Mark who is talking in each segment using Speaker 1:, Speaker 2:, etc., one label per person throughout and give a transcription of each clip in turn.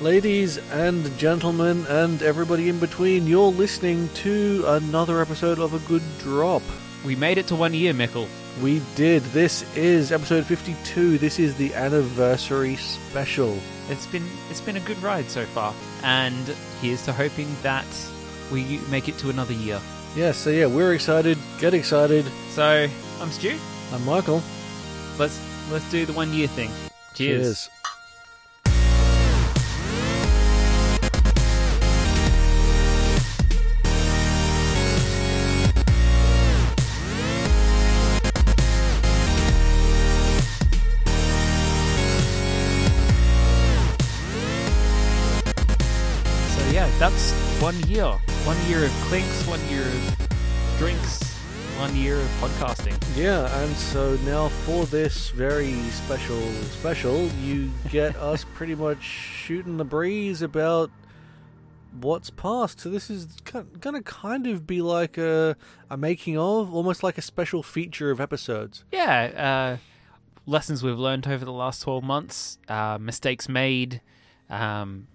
Speaker 1: Ladies and gentlemen, and everybody in between, you're listening to another episode of A Good Drop.
Speaker 2: We made it to one year, Mickle.
Speaker 1: We did. This is episode 52. This is the anniversary special.
Speaker 2: It's been it's been a good ride so far, and here's to hoping that we make it to another year.
Speaker 1: Yeah, so yeah, we're excited. Get excited.
Speaker 2: So I'm Stu.
Speaker 1: I'm Michael.
Speaker 2: Let's let's do the one year thing. Cheers. So yeah, that's one year. One year of clinks. One year of drinks. One year of podcasting.
Speaker 1: Yeah, and so now for this very special special, you get us pretty much shooting the breeze about what's past. So this is ki- gonna kind of be like a a making of, almost like a special feature of episodes.
Speaker 2: Yeah, uh, lessons we've learned over the last 12 months, uh, mistakes made, um,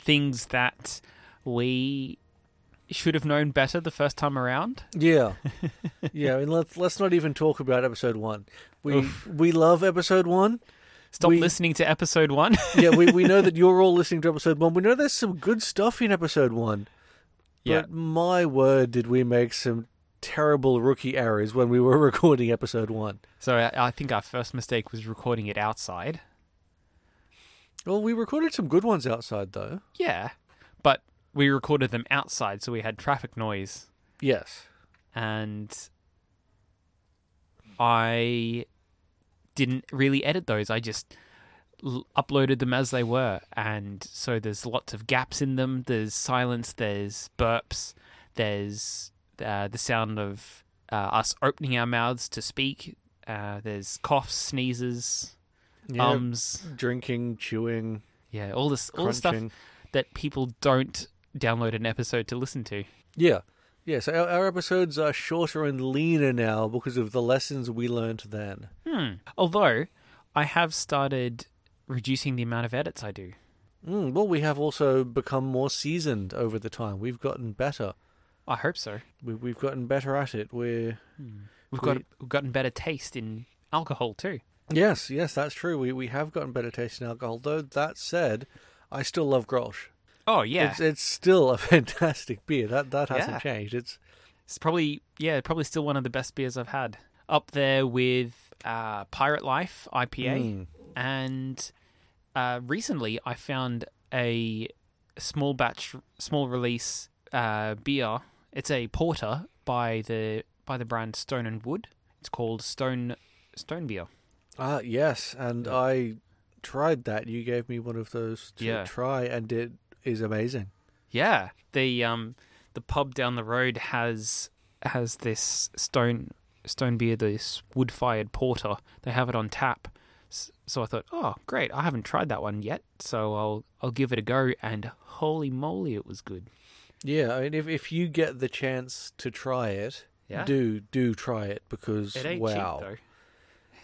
Speaker 2: things that we should have known better the first time around.
Speaker 1: Yeah, yeah. I mean, let's let's not even talk about episode one. We we love episode one.
Speaker 2: Stop
Speaker 1: We-
Speaker 2: listening to episode one.
Speaker 1: yeah, we, we know that you're all listening to episode one. We know there's some good stuff in episode one.
Speaker 2: Yeah.
Speaker 1: But my word, did we make some terrible rookie errors when we were recording episode one?
Speaker 2: so I, I think our first mistake was recording it outside.
Speaker 1: Well, we recorded some good ones outside, though.
Speaker 2: Yeah, but we recorded them outside, so we had traffic noise.
Speaker 1: Yes.
Speaker 2: and I didn't really edit those. I just l- uploaded them as they were, and so there's lots of gaps in them. There's silence. There's burps. There's uh, the sound of uh, us opening our mouths to speak. Uh, there's coughs, sneezes,
Speaker 1: Yeah,
Speaker 2: ums.
Speaker 1: Drinking, chewing,
Speaker 2: Yeah, all this, all the stuff
Speaker 1: crunching.
Speaker 2: that people don't download an episode to listen to.
Speaker 1: Yeah. Yeah, so our, our episodes are shorter and leaner now because of the lessons we learned then.
Speaker 2: Hmm. Although I have started reducing the amount of edits I do.
Speaker 1: Mm, well, we have also become more seasoned over the time. We've gotten better.
Speaker 2: I hope so.
Speaker 1: We, we've gotten better at it. We're
Speaker 2: We've got
Speaker 1: We-
Speaker 2: we've gotten better taste in alcohol too.
Speaker 1: Yes, yes, that's true. We we have gotten better taste in alcohol. Though that said, I still love Grolsch.
Speaker 2: Oh yeah,
Speaker 1: It's
Speaker 2: it's,
Speaker 1: it's still a fantastic beer. That that hasn't
Speaker 2: Yeah.
Speaker 1: changed. It's
Speaker 2: probably yeah probably still one of the best beers I've had. Up there with uh, Pirate Life IPA,
Speaker 1: Mm.
Speaker 2: and uh, recently I found a small batch, small release uh, beer. It's a porter by the by the brand Stone and Wood. It's called Stone Stone Beer.
Speaker 1: Ah, yes, and I tried that. You gave me one of those to
Speaker 2: Yeah.
Speaker 1: try and it is amazing.
Speaker 2: Yeah, the um the pub down the road has has this stone stone beer, this wood fired porter. They have it on tap. S- So I thought, oh great, I haven't tried that one yet, so I'll I'll give it a go. And holy moly, it was good.
Speaker 1: Yeah, I mean if if you get the chance to try it,
Speaker 2: Yeah,
Speaker 1: do do try it because
Speaker 2: it ain't
Speaker 1: wow.
Speaker 2: cheap though.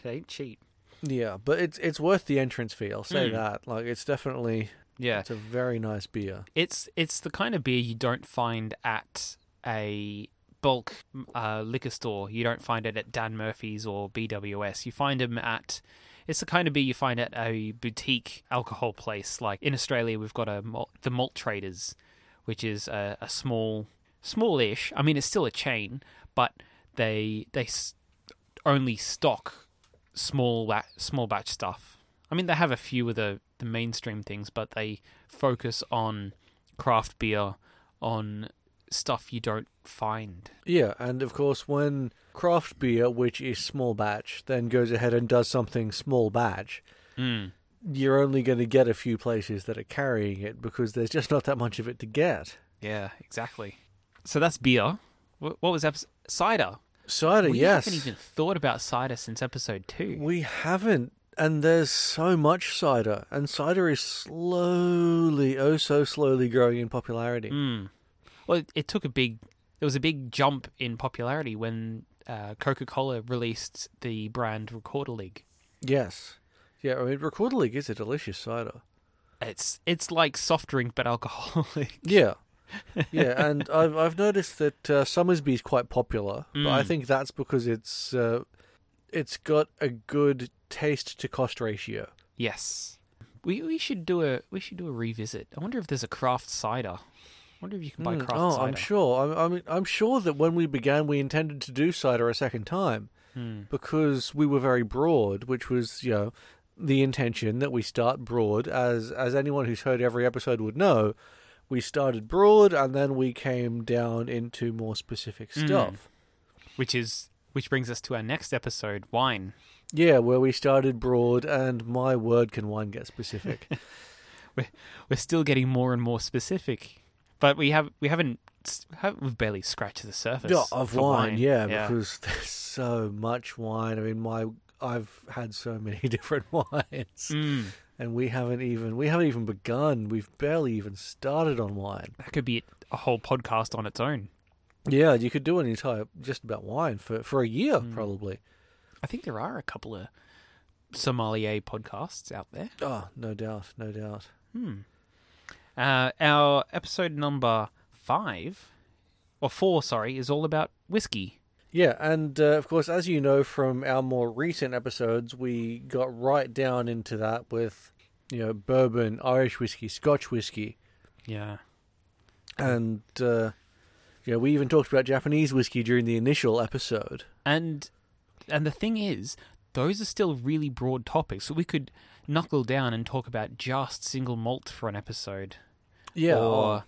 Speaker 2: It ain't cheap.
Speaker 1: Yeah, but it's it's worth the entrance fee. I'll say
Speaker 2: Mm.
Speaker 1: that. Like it's definitely
Speaker 2: Yeah,
Speaker 1: it's a very nice beer.
Speaker 2: it's it's the kind of beer you don't find at a bulk uh, liquor store. You don't find it at Dan Murphy's or BWS. You find them at it's the kind of beer you find at a boutique alcohol place. Like in Australia, we've got a malt, the Malt Traders, which is a, a small, smallish. I mean, it's still a chain, but they they s- only stock small ba- small batch stuff. I mean, they have a few of the the mainstream things, but they focus on craft beer, on stuff you don't find.
Speaker 1: Yeah, and of course, when craft beer, which is small batch, then goes ahead and does something small batch,
Speaker 2: Mm.
Speaker 1: you're only going to get a few places that are carrying it because there's just not that much of it to get.
Speaker 2: Yeah, exactly. So that's beer. Wh- What was episode cider?
Speaker 1: Cider,
Speaker 2: We
Speaker 1: yes.
Speaker 2: haven't even thought about cider since episode two.
Speaker 1: We haven't. And there's so much cider, and cider is slowly, oh so slowly growing in popularity.
Speaker 2: Mm. Well, it, it took a big. There was a big jump in popularity when uh, Coca-Cola released the brand Recorder League.
Speaker 1: Yes. Yeah, I mean, Recorder League is a delicious cider.
Speaker 2: It's it's like soft drink but alcoholic.
Speaker 1: Yeah. yeah, and I've I've noticed that uh, Summersby is quite popular, but I
Speaker 2: Mm.
Speaker 1: think that's because it's uh, it's got a good taste to cost ratio.
Speaker 2: Yes. We we should do a we should do a revisit. I wonder if there's a craft cider. I wonder if you can buy
Speaker 1: Mm,
Speaker 2: craft
Speaker 1: oh,
Speaker 2: cider.
Speaker 1: I'm sure. I'm, I'm I'm sure that when we began, we intended to do cider a second time
Speaker 2: Hmm.
Speaker 1: because we were very broad, which was you know the intention that we start broad, as as anyone who's heard every episode would know. We started broad, and then we came down into more specific
Speaker 2: Mm.
Speaker 1: stuff.
Speaker 2: Which is which brings us to our next episode, wine,
Speaker 1: Yeah, where we started broad, and my word, can one get specific?
Speaker 2: we're still getting more and more specific, but we have we haven't s- ha- we've barely scratched the surface
Speaker 1: yeah, of
Speaker 2: for
Speaker 1: wine, yeah, because there's so much wine. I mean, my I've had so many different wines,
Speaker 2: Mm,
Speaker 1: and we haven't even we haven't even begun. We've barely even started on wine.
Speaker 2: that could be a whole podcast on its own.
Speaker 1: Yeah, Hmm. you could do an entire just about wine for for a year probably.
Speaker 2: I think there are a couple of sommelier podcasts out there.
Speaker 1: Oh, no doubt, no doubt.
Speaker 2: Uh, our episode number five or four, sorry, is all about whiskey.
Speaker 1: Yeah, and uh, of course, as you know from our more recent episodes, we got right down into that with you know bourbon, Irish whiskey, Scotch whiskey,
Speaker 2: Yeah.
Speaker 1: and uh, you know we even talked about Japanese whiskey during the initial episode.
Speaker 2: And and the thing is, those are still really broad topics, so we could knuckle down and talk about just single malt for an episode,
Speaker 1: Yeah, oh.
Speaker 2: or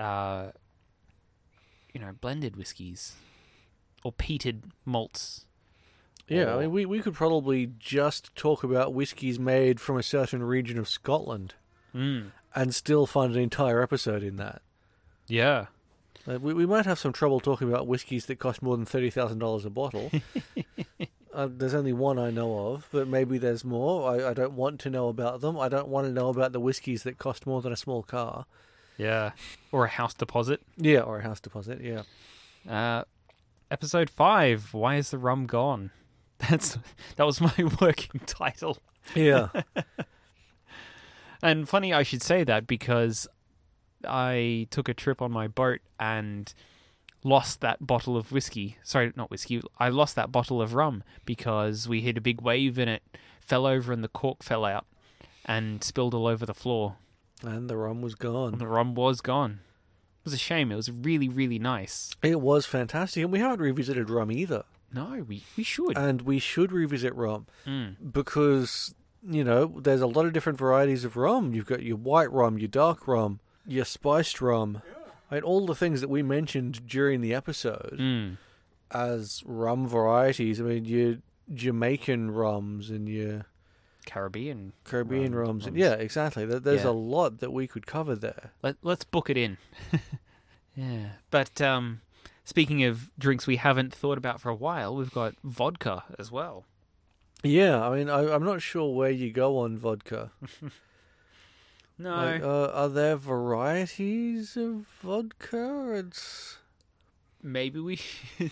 Speaker 2: uh, you know, blended whiskies, or peated malts.
Speaker 1: yeah. I
Speaker 2: or-
Speaker 1: mean, we we could probably just talk about whiskies made from a certain region of Scotland
Speaker 2: Mm,
Speaker 1: and still find an entire episode in that.
Speaker 2: yeah.
Speaker 1: Like, we, we might have some trouble talking about whiskies that cost more than thirty thousand dollars a bottle. uh, there's only one I know of, but maybe there's more. I, I don't want to know about them. I don't want to know about the whiskies that cost more than a small car.
Speaker 2: Yeah. Or a house deposit.
Speaker 1: Yeah, or a house deposit. Yeah,
Speaker 2: Uh, episode five. Why is the rum gone? That's that was my working title.
Speaker 1: yeah,
Speaker 2: And funny I should say that because I took a trip on my boat and lost that bottle of whiskey. Sorry, not whiskey. I lost that bottle of rum because we hit a big wave and it fell over and the cork fell out and spilled all over the floor.
Speaker 1: and the rum was gone.
Speaker 2: The rum was gone. It was a shame. It was really, really nice.
Speaker 1: It was fantastic, and we haven't revisited rum either.
Speaker 2: No, we, we should.
Speaker 1: And we should revisit rum
Speaker 2: Mm.
Speaker 1: because you know there's a lot of different varieties of rum. You've got your white rum, your dark rum, your spiced rum. I mean, all the things that we mentioned during the episode.
Speaker 2: Mm.
Speaker 1: as rum varieties. I mean, your Jamaican rums and your
Speaker 2: Caribbean.
Speaker 1: Caribbean
Speaker 2: Rum-
Speaker 1: rums. and
Speaker 2: rums.
Speaker 1: Yeah, exactly. There- There's a
Speaker 2: Yeah.
Speaker 1: lot that we could cover there.
Speaker 2: Let, let's book it in. yeah. But um, speaking of drinks we haven't thought about for a while, we've got vodka as well.
Speaker 1: Yeah, I mean, I, I'm not sure where you go on vodka.
Speaker 2: No.
Speaker 1: Like, uh, are there varieties of vodka? It's
Speaker 2: Maybe we should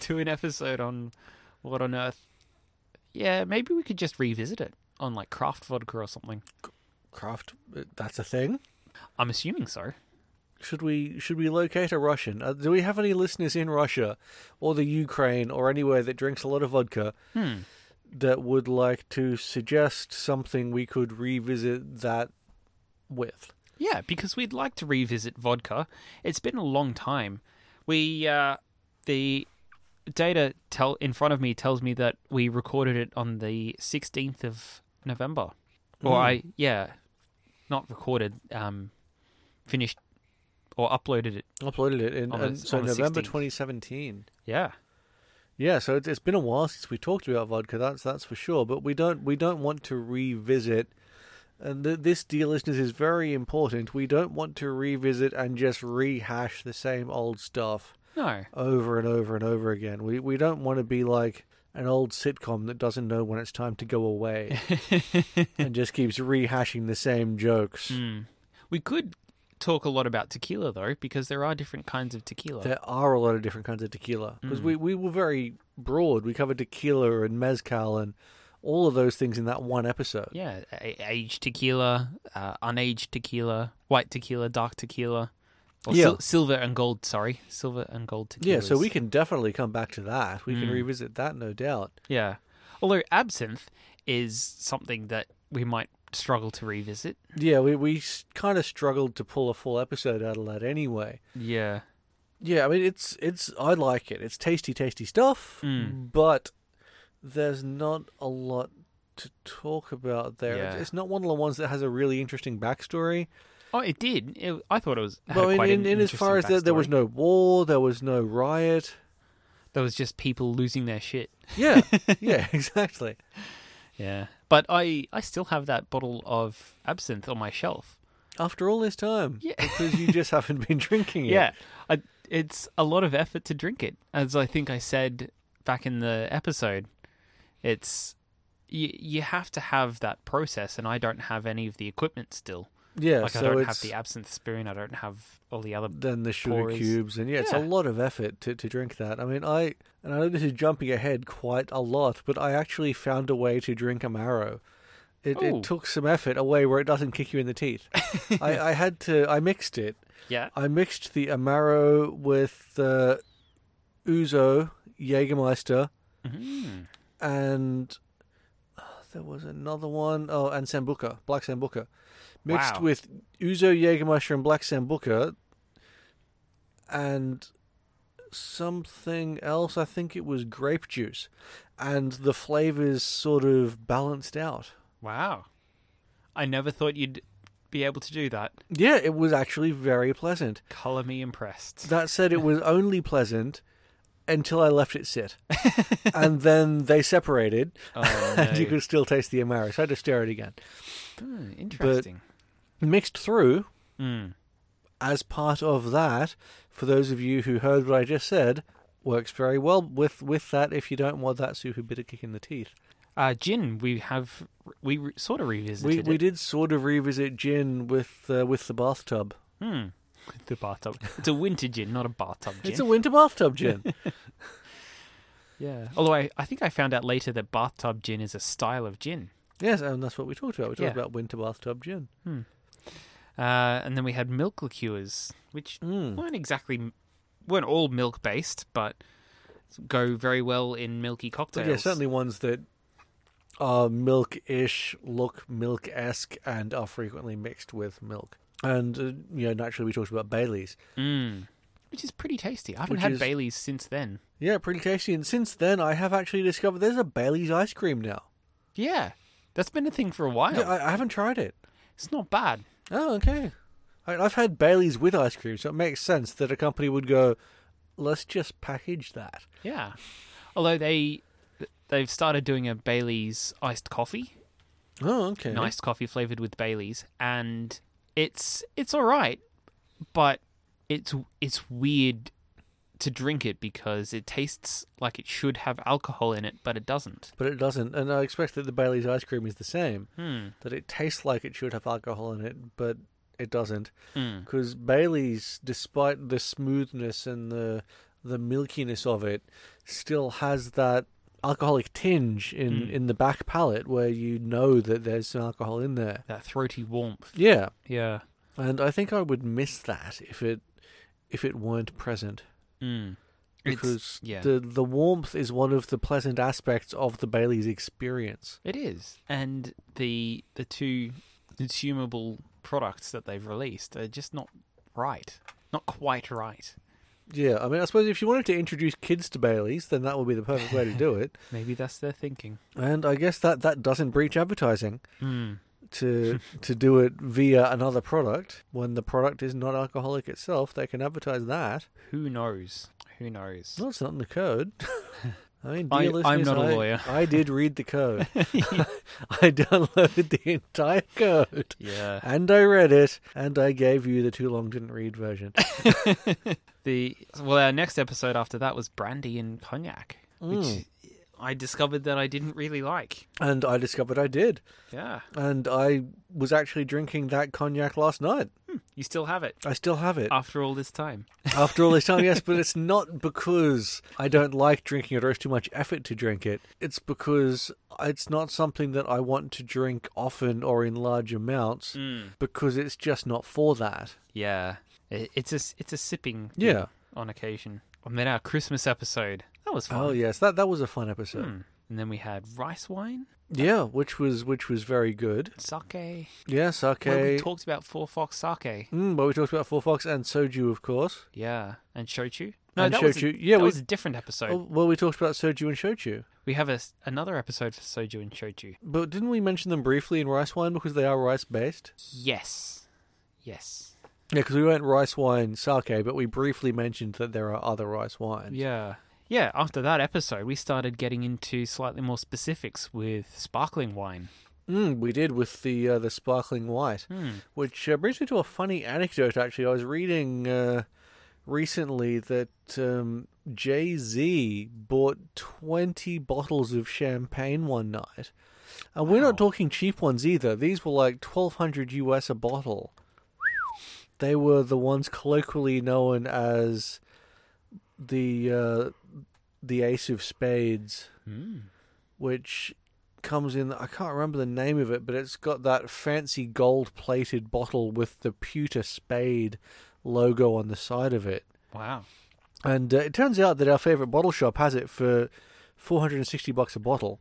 Speaker 2: do an episode on what on earth. Yeah, maybe we could just revisit it on like craft vodka or something.
Speaker 1: craft. That's a thing.
Speaker 2: I'm assuming so.
Speaker 1: Should we should we locate a Russian? Uh, do we have any listeners in Russia, or the Ukraine, or anywhere that drinks a lot of vodka?
Speaker 2: Hmm.
Speaker 1: that would like to suggest something we could revisit that with.
Speaker 2: Yeah, because we'd like to revisit vodka. It's been a long time. We uh, the data tell in front of me tells me that we recorded it on the sixteenth of November. Or I yeah, not recorded. Um, finished or uploaded it.
Speaker 1: Uploaded it in
Speaker 2: On the-
Speaker 1: and so
Speaker 2: on the
Speaker 1: November
Speaker 2: 16th.
Speaker 1: 2017.
Speaker 2: Yeah.
Speaker 1: Yeah, so it- it's been a while since we talked about vodka. That's that's for sure. But we don't we don't want to revisit. And th- this, dear listeners, is very important. We don't want to revisit and just rehash the same old stuff
Speaker 2: No.
Speaker 1: over and over and over again. We we don't want to be like an old sitcom that doesn't know when it's time to go away and just keeps rehashing the same jokes.
Speaker 2: We could talk a lot about tequila though, because there are different kinds of tequila.
Speaker 1: There are a lot of different kinds of tequila because we, we were very broad. We covered tequila and mezcal and all of those things in that one episode.
Speaker 2: Yeah, a- aged tequila, uh, unaged tequila, white tequila, dark tequila, or
Speaker 1: Yeah.
Speaker 2: sil- silver and gold. Sorry, silver and gold tequila.
Speaker 1: Yeah, so we can definitely come back to that. We can revisit that, no doubt.
Speaker 2: Yeah, although absinthe is something that we might struggle to revisit.
Speaker 1: Yeah, we we kind of struggled to pull a full episode out of that anyway.
Speaker 2: Yeah,
Speaker 1: Yeah, I mean it's it's I like it. It's tasty, tasty stuff,
Speaker 2: Mm.
Speaker 1: but there's not a lot to talk about there.
Speaker 2: Yeah.
Speaker 1: It's not one of the ones that has a really interesting backstory.
Speaker 2: oh, it did. It, I thought it was. had
Speaker 1: But in,
Speaker 2: quite an
Speaker 1: in, in as far as
Speaker 2: interesting
Speaker 1: there, there was
Speaker 2: backstory.
Speaker 1: no war, there was no riot.
Speaker 2: there was just people losing their shit.
Speaker 1: Yeah, yeah, exactly.
Speaker 2: Yeah, but I I still have that bottle of absinthe on my shelf.
Speaker 1: After all this time,
Speaker 2: Yeah.
Speaker 1: because you just haven't been drinking it.
Speaker 2: Yeah, I, it's a lot of effort to drink it, as I think I said back in the episode. It's you you have to have that process, and I don't have any of the equipment still.
Speaker 1: yeah.
Speaker 2: Like
Speaker 1: so
Speaker 2: I don't
Speaker 1: it's,
Speaker 2: have the absinthe spoon. I don't have all the other.
Speaker 1: than the sugar
Speaker 2: Pours.
Speaker 1: cubes and yeah, it's a
Speaker 2: Yeah.
Speaker 1: lot of effort to, to drink that i mean i and i know this is jumping ahead quite a lot but i actually found a way to drink amaro it,
Speaker 2: Ooh.
Speaker 1: it took some effort away where it doesn't kick you in the teeth I, I had to i mixed it
Speaker 2: Yeah.
Speaker 1: i mixed the amaro with the uzo jägermeister
Speaker 2: Mhm.
Speaker 1: and oh, there was another one oh and sambuca black sambuca mixed
Speaker 2: Wow.
Speaker 1: with uzo jägermeister and black sambuca and something else i think it was grape juice and the flavors sort of balanced out
Speaker 2: Wow. I never thought you'd be able to do that.
Speaker 1: yeah it was actually very pleasant
Speaker 2: Color me impressed.
Speaker 1: that said it was only pleasant until i left it sit and then they separated
Speaker 2: Oh,
Speaker 1: and you
Speaker 2: no.
Speaker 1: could still taste the amaro so i had to stir it again
Speaker 2: Hmm, interesting.
Speaker 1: mixed through
Speaker 2: Mm.
Speaker 1: as part of that, for those of you who heard what I just said, works very well with with that if you don't want that super bitter kick in the teeth.
Speaker 2: Uh, gin, we have we re- sort of revisited.
Speaker 1: We
Speaker 2: it.
Speaker 1: we did sort of revisit gin with uh, with the bathtub.
Speaker 2: Hmm. The bathtub. It's a winter gin, not a bathtub gin.
Speaker 1: It's a winter bathtub gin.
Speaker 2: yeah. Although I, I think I found out later that bathtub gin is a style of gin.
Speaker 1: yes, and that's what we talked about. We talked
Speaker 2: Yeah.
Speaker 1: about winter bathtub gin.
Speaker 2: Uh, and then we had milk liqueurs, which
Speaker 1: Mm.
Speaker 2: weren't exactly weren't all milk based, but go very well in milky
Speaker 1: But
Speaker 2: cocktails.
Speaker 1: yeah, certainly ones that are milk-ish, look milk-esque, and are frequently mixed with milk. And uh, you know, naturally, we talked about Bailey's.
Speaker 2: Mm. Which is pretty tasty. I haven't
Speaker 1: Which
Speaker 2: had
Speaker 1: is-
Speaker 2: Bailey's since then.
Speaker 1: Yeah, pretty tasty. And since then, I have actually discovered there's a Bailey's ice cream now.
Speaker 2: Yeah. That's been a thing for a while.
Speaker 1: Yeah, I, I haven't tried it.
Speaker 2: it's not bad.
Speaker 1: Oh, okay. I, I've had Bailey's with ice cream, so it makes sense that a company would go, let's just package that.
Speaker 2: Yeah. Although they they've started doing a Bailey's iced coffee.
Speaker 1: Oh, okay.
Speaker 2: an iced coffee flavored with Bailey's, and it's it's all right, but it's it's weird to drink it because it tastes like it should have alcohol in it, but it doesn't.
Speaker 1: But it doesn't. And I expect that the Bailey's ice cream is the same,
Speaker 2: Hmm.
Speaker 1: that it tastes like it should have alcohol in it, but it doesn't.
Speaker 2: Hmm.
Speaker 1: Because Bailey's, despite the smoothness and the the milkiness of it, still has that alcoholic tinge in,
Speaker 2: Mm.
Speaker 1: in the back palate where you know that there's some alcohol in there.
Speaker 2: That throaty warmth.
Speaker 1: Yeah.
Speaker 2: Yeah.
Speaker 1: And I think I would miss that if it if it weren't present
Speaker 2: Mm. It's-
Speaker 1: because
Speaker 2: yeah.
Speaker 1: the the warmth is one of the pleasant aspects of the Bailey's experience.
Speaker 2: It is, and the the two consumable products that they've released are just not right, not quite right.
Speaker 1: Yeah, I mean, I suppose if you wanted to introduce kids to Bailey's, then that would be the perfect way to do it.
Speaker 2: Maybe that's their thinking.
Speaker 1: And I guess that that doesn't breach advertising
Speaker 2: Hmm.
Speaker 1: to to do it via another product when the product is not alcoholic itself. They can advertise that.
Speaker 2: Who knows? Who knows?
Speaker 1: No, it's not in the code. I mean,
Speaker 2: I-
Speaker 1: dear
Speaker 2: I'm
Speaker 1: listeners,
Speaker 2: not a
Speaker 1: I-
Speaker 2: lawyer.
Speaker 1: I did read the code. I downloaded the entire code.
Speaker 2: yeah.
Speaker 1: And I read it, and I gave you the too long didn't read version.
Speaker 2: The well, our next episode after that was brandy and cognac,
Speaker 1: Mm.
Speaker 2: which I discovered that I didn't really like.
Speaker 1: and I discovered I did.
Speaker 2: Yeah,
Speaker 1: And I was actually drinking that cognac last night.
Speaker 2: You still have it
Speaker 1: I still have it.
Speaker 2: after all this time.
Speaker 1: After all this time, yes, but it's not because I don't like drinking it or it's too much effort to drink it. It's because it's not something that I want to drink often or in large amounts
Speaker 2: Hmm.
Speaker 1: because it's just not for that.
Speaker 2: Yeah, it, it's a s- it's a sipping. thing
Speaker 1: Yeah.
Speaker 2: on occasion. And then our Christmas episode that was fun.
Speaker 1: Oh yes, that that was a fun episode.
Speaker 2: Hmm. And then we had rice wine,
Speaker 1: Yeah, which was which was very good.
Speaker 2: sake.
Speaker 1: Yes,
Speaker 2: Where we
Speaker 1: okay.
Speaker 2: talked about four fox sake.
Speaker 1: Mm, but we talked about Four Fox and Soju, of course.
Speaker 2: Yeah, and shochu. No,
Speaker 1: And
Speaker 2: that was a,
Speaker 1: shochu. Yeah,
Speaker 2: that
Speaker 1: we-
Speaker 2: was a different episode.
Speaker 1: Oh, well, we talked about Soju and Shochu,
Speaker 2: We have a s another episode for soju and shochu.
Speaker 1: but didn't we mention them briefly in rice wine because they are rice based?
Speaker 2: Yes, yes,
Speaker 1: Yeah, because we went rice wine sake, but we briefly mentioned that there are other rice wines.
Speaker 2: yeah, yeah. After that episode, we started getting into slightly more specifics with sparkling wine.
Speaker 1: Mm, we did with the uh, the sparkling white,
Speaker 2: Hmm.
Speaker 1: which uh, brings me to a funny anecdote. Actually, I was reading uh, recently that um, Jay Z bought twenty bottles of champagne one night, and we're not
Speaker 2: Wow.
Speaker 1: talking cheap ones either. These were like twelve hundred US a bottle. They were the ones colloquially known as the uh, the Ace of Spades
Speaker 2: Hmm.
Speaker 1: which comes in I can't remember the name of it, but it's got that fancy gold plated bottle with the pewter spade logo on the side of it.
Speaker 2: Wow.
Speaker 1: And uh, it turns out that our favorite bottle shop has it for 460 bucks a bottle.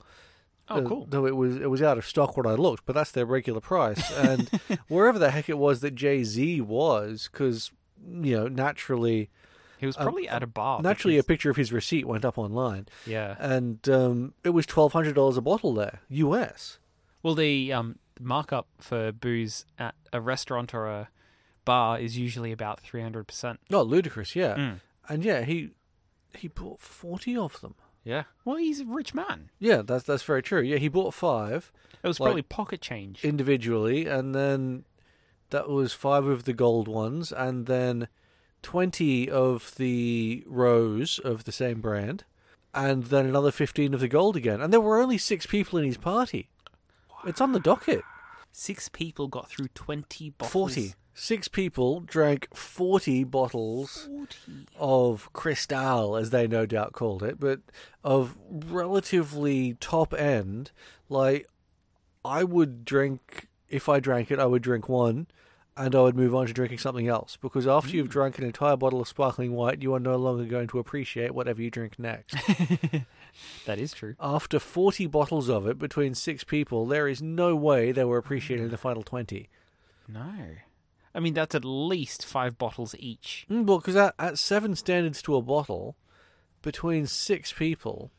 Speaker 2: Oh,
Speaker 1: Uh,
Speaker 2: cool.
Speaker 1: Though it was it was out of stock when I looked, but that's their regular price. And wherever the heck it was that Jay-Z was cuz you know, naturally
Speaker 2: He was
Speaker 1: um,
Speaker 2: probably at a bar.
Speaker 1: naturally a
Speaker 2: Oh, because-
Speaker 1: picture of his receipt went up online
Speaker 2: yeah.
Speaker 1: and um, it was $1200 a bottle there, US.
Speaker 2: Well, the um, markup for booze at a restaurant or a bar is usually about 300%.
Speaker 1: Oh, ludicrous, yeah.
Speaker 2: Mm.
Speaker 1: And yeah, he he bought forty of them.
Speaker 2: Yeah. Well, he's a rich man.
Speaker 1: Yeah, that's that's very true. Yeah, he bought five
Speaker 2: It was
Speaker 1: Like-
Speaker 2: probably pocket change.
Speaker 1: individually, and then that was five of the gold ones, and then twenty of the rose of the same brand, and then another fifteen of the gold again. And there were only six people in his party. It's on the docket.
Speaker 2: Six people got through 20 bottles.
Speaker 1: Forty. Six people drank forty bottles
Speaker 2: 40.
Speaker 1: of Cristal, as they no doubt called it, but of relatively top end. Like, I would drink, if I drank it, I would drink one and I would move on to drinking something else because after you've drunk an entire bottle of sparkling white, you are no longer going to appreciate whatever you drink next.
Speaker 2: That is true.
Speaker 1: after 40 bottles of it between six people, there is no way they were appreciating the final 20.
Speaker 2: No. I mean, that's at least five bottles each.
Speaker 1: Mm, well, because at, at seven standards to a bottle, between six people,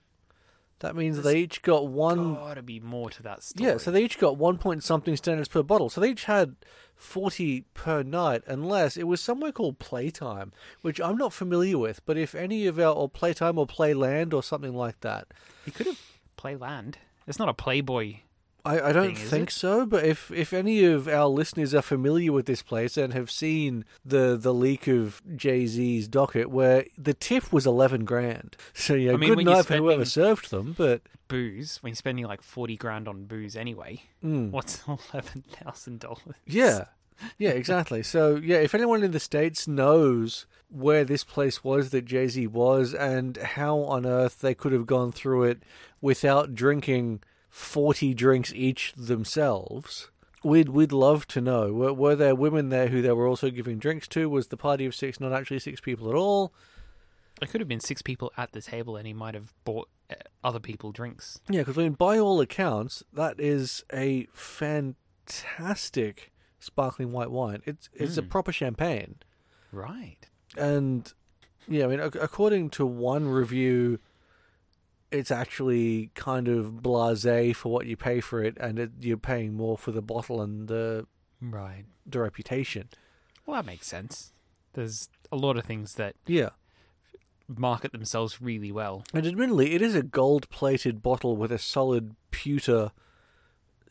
Speaker 1: that means they each got one.
Speaker 2: Gotta be more to that story.
Speaker 1: Yeah, so they each got one point something standards per bottle. So they each had 40 per night, unless it was somewhere called Playtime, which I'm not familiar with, but if any of our, or Playtime or Playland or something like that.
Speaker 2: He could have play land. It's not a Playboy.
Speaker 1: I, I don't
Speaker 2: Thing, is
Speaker 1: think
Speaker 2: it?
Speaker 1: so, but if, if any of our listeners are familiar with this place and have seen the, the leak of Jay Z's docket, where the tip was 11 grand. So yeah,
Speaker 2: I mean,
Speaker 1: good
Speaker 2: when you're
Speaker 1: night for whoever
Speaker 2: spending-
Speaker 1: served them, but
Speaker 2: Booze, when you're spending like 40 grand on booze anyway,
Speaker 1: hmm.
Speaker 2: what's $11,000?
Speaker 1: Yeah. Yeah, exactly. So, yeah, if anyone in the States knows where this place was that Jay Z was and how on earth they could have gone through it without drinking 40 drinks each themselves. We'd, we'd love to know. Were, were there women there who they were also giving drinks to? Was the party of six not actually six people at all?
Speaker 2: There could have been six people at the table, and he might have bought uh, other people drinks.
Speaker 1: Yeah, because I mean, by all accounts, that is a fantastic sparkling white wine. It's, it's a proper champagne.
Speaker 2: Right.
Speaker 1: and yeah, I mean, ac- according to one review, it's actually kind of blasé for what you pay for it, and it, you're paying more for the bottle and the
Speaker 2: Right.
Speaker 1: the reputation.
Speaker 2: Well, that makes sense. There's a lot of things that
Speaker 1: Yeah,
Speaker 2: market themselves really well.
Speaker 1: and admittedly, it is a gold-plated bottle with a solid pewter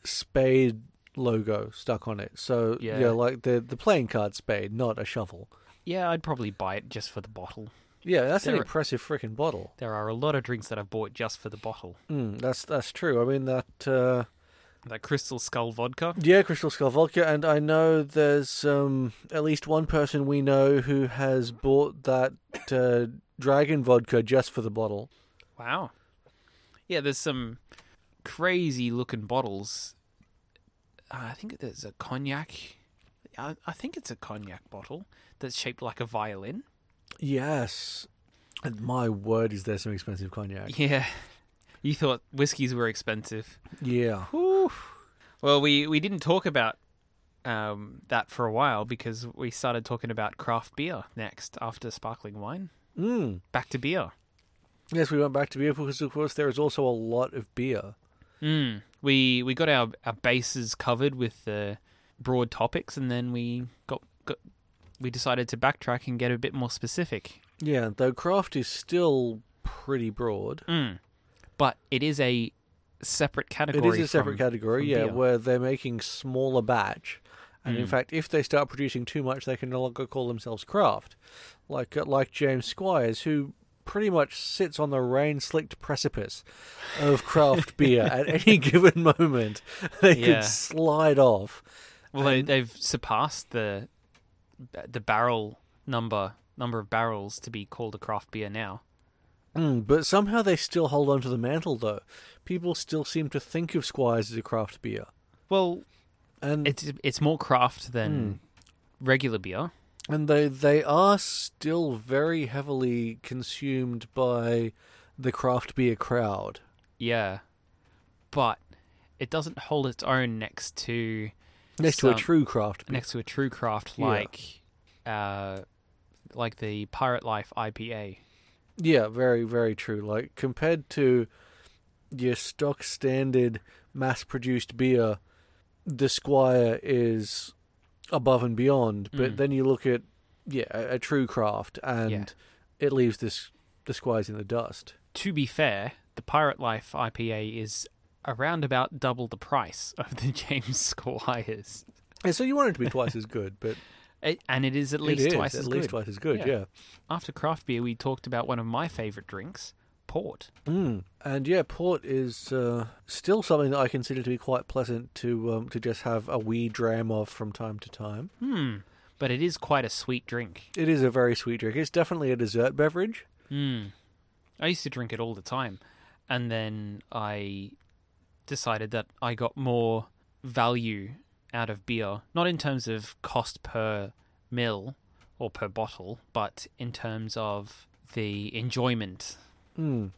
Speaker 1: spade logo stuck on it. So yeah,
Speaker 2: Yeah.
Speaker 1: like the the playing card spade, not a shovel.
Speaker 2: Yeah, I'd probably buy it just for the bottle.
Speaker 1: Yeah, that's an
Speaker 2: There-
Speaker 1: impressive freaking bottle.
Speaker 2: There are a lot of drinks that I've bought just for the bottle.
Speaker 1: Mm, that's that's true. I mean that uh,
Speaker 2: That Crystal Skull vodka.
Speaker 1: Yeah, Crystal Skull Vodka, and I know there's um, at least one person we know who has bought that uh, dragon vodka just for the bottle.
Speaker 2: Wow. Yeah, there's some crazy looking bottles. Uh, I think there's a cognac. I, I think it's a cognac bottle that's shaped like a violin.
Speaker 1: Yes. And my word, is there some expensive cognac?
Speaker 2: Yeah. You thought whiskies were expensive.
Speaker 1: Yeah.
Speaker 2: Whew. Well, we, we didn't talk about um, that for a while because we started talking about craft beer next after sparkling wine.
Speaker 1: Mm.
Speaker 2: Back to beer.
Speaker 1: Yes, we went back to beer because, of course, there is also a lot of beer.
Speaker 2: Mm. We we got our, our bases covered with the broad topics, and then we got, got we decided to backtrack and get a bit more specific.
Speaker 1: Yeah, though craft is still pretty broad.
Speaker 2: Mm. But it is a separate
Speaker 1: It
Speaker 2: category.
Speaker 1: is a separate
Speaker 2: from-
Speaker 1: category,
Speaker 2: from
Speaker 1: yeah,
Speaker 2: beer.
Speaker 1: where they're making smaller batch. And in
Speaker 2: Mm.
Speaker 1: fact, if they start producing too much, they can no longer call themselves craft. Like uh, like James Squires, who pretty much sits on the rain slicked precipice of craft beer at any given moment. They
Speaker 2: Yeah.
Speaker 1: could slide off.
Speaker 2: Well, they, they've surpassed the the barrel number number of barrels to be called a craft beer now.
Speaker 1: Mm, but somehow they still hold on to the mantle, though. People still seem to think of Squires as a craft beer.
Speaker 2: Well,
Speaker 1: And
Speaker 2: it's it's more craft than
Speaker 1: Hmm.
Speaker 2: regular beer.
Speaker 1: and they they are still very heavily consumed by the craft beer crowd.
Speaker 2: Yeah, but it doesn't hold its own next to
Speaker 1: Next to a
Speaker 2: Some-
Speaker 1: true craft beer.
Speaker 2: next to a true craft
Speaker 1: Yeah.
Speaker 2: like uh like the Pirate Life IPA.
Speaker 1: Yeah, very very true. Like compared to your stock standard mass produced beer, the Squire is above and beyond. But
Speaker 2: Mm.
Speaker 1: then you look at yeah, a, a true craft and it leaves this the Squires in the dust.
Speaker 2: To be fair, the Pirate Life IPA is around about double the price of the James Squires.
Speaker 1: And so you want it to be twice as good, but
Speaker 2: It, and it is at least
Speaker 1: it is
Speaker 2: twice
Speaker 1: at
Speaker 2: as
Speaker 1: least
Speaker 2: good.
Speaker 1: twice as good,
Speaker 2: Yeah.
Speaker 1: yeah.
Speaker 2: After craft beer, we talked about one of my favorite drinks, port.
Speaker 1: Mm. And yeah, port is uh, still something that I consider to be quite pleasant to um, to just have a wee dram of from time to time.
Speaker 2: Hmm. But it is quite a sweet drink.
Speaker 1: It is a very sweet drink. It's definitely a dessert beverage.
Speaker 2: Hmm. I used to drink it all the time, and then I decided that I got more value out of beer, not in terms of cost per mill or per bottle, but in terms of the enjoyment.
Speaker 1: Mm.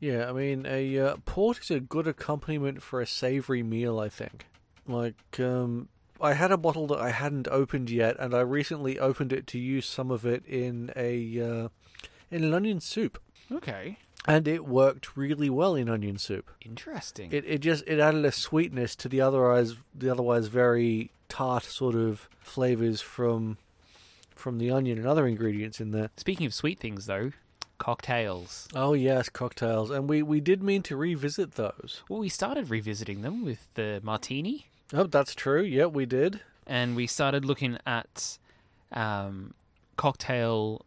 Speaker 1: Yeah, I mean, a uh, port is a good accompaniment for a savory meal. I think. Like, um, I had a bottle that I hadn't opened yet, and I recently opened it to use some of it in a uh, in an onion soup,
Speaker 2: Okay,
Speaker 1: and it worked really well in onion soup.
Speaker 2: interesting.
Speaker 1: it, it just it added a sweetness to the otherwise the otherwise very tart sort of flavors from from the onion and other ingredients in there.
Speaker 2: Speaking of sweet things, though, cocktails.
Speaker 1: Oh yes, cocktails, and we we did mean to revisit those.
Speaker 2: Well, we started revisiting them with the martini,
Speaker 1: Oh, that's true. Yeah, we did.
Speaker 2: and we started looking at um, cocktail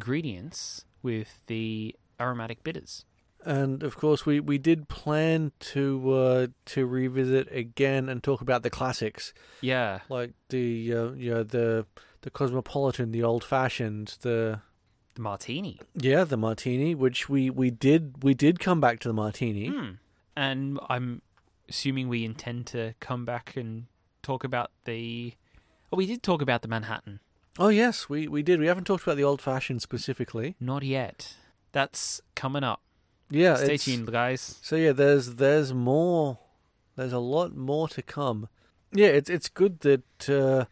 Speaker 2: ingredients with the aromatic bitters.
Speaker 1: And of course, we, we did plan to uh, to revisit again and talk about the classics
Speaker 2: Yeah,
Speaker 1: like the uh, you know the the cosmopolitan, the old fashioned, the
Speaker 2: the martini.
Speaker 1: yeah the martini, which we, we did we did come back to the martini.
Speaker 2: Hmm. And I'm assuming we intend to come back and talk about the. Oh, we did talk about the Manhattan.
Speaker 1: Oh yes, we, we did. We haven't talked about the old fashioned specifically.
Speaker 2: Not yet. That's coming up.
Speaker 1: Yeah,
Speaker 2: Stay
Speaker 1: Uh, it's-
Speaker 2: tuned, guys.
Speaker 1: So yeah, there's there's more, there's a lot more to come. Yeah, it's it's good that uh,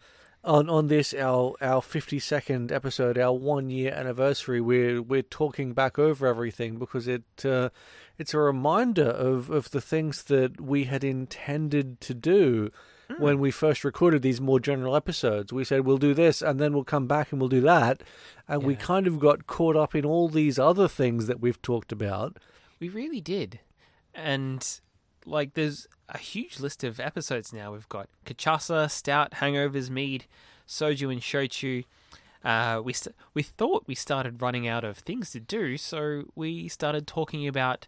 Speaker 1: on on this our our fifty second episode, our one year anniversary, we're we're talking back over everything because it uh, it's a reminder of of the things that we had intended to do. When we first recorded these more general episodes, we said we'll do this and then we'll come back and we'll do that. And we
Speaker 2: Yeah.
Speaker 1: kind of got caught up in all these other things that we've talked about.
Speaker 2: We really did. And like there's a huge list of episodes now. We've got Kachasa, Stout, Hangovers, Mead, Soju and Shochu. Uh, we st- we thought we started running out of things to do, so we started talking about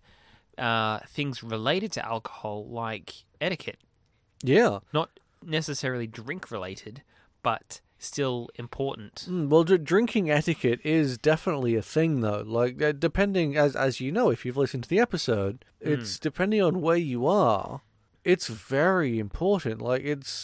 Speaker 2: uh, things related to alcohol, like etiquette,
Speaker 1: Yeah.
Speaker 2: not necessarily drink related, but still important.
Speaker 1: Mm, Well, dr- drinking etiquette is definitely a thing, though. Like, uh, depending, as as you know, if you've listened to the episode, it's depending on where you are. It's very important. Like, it's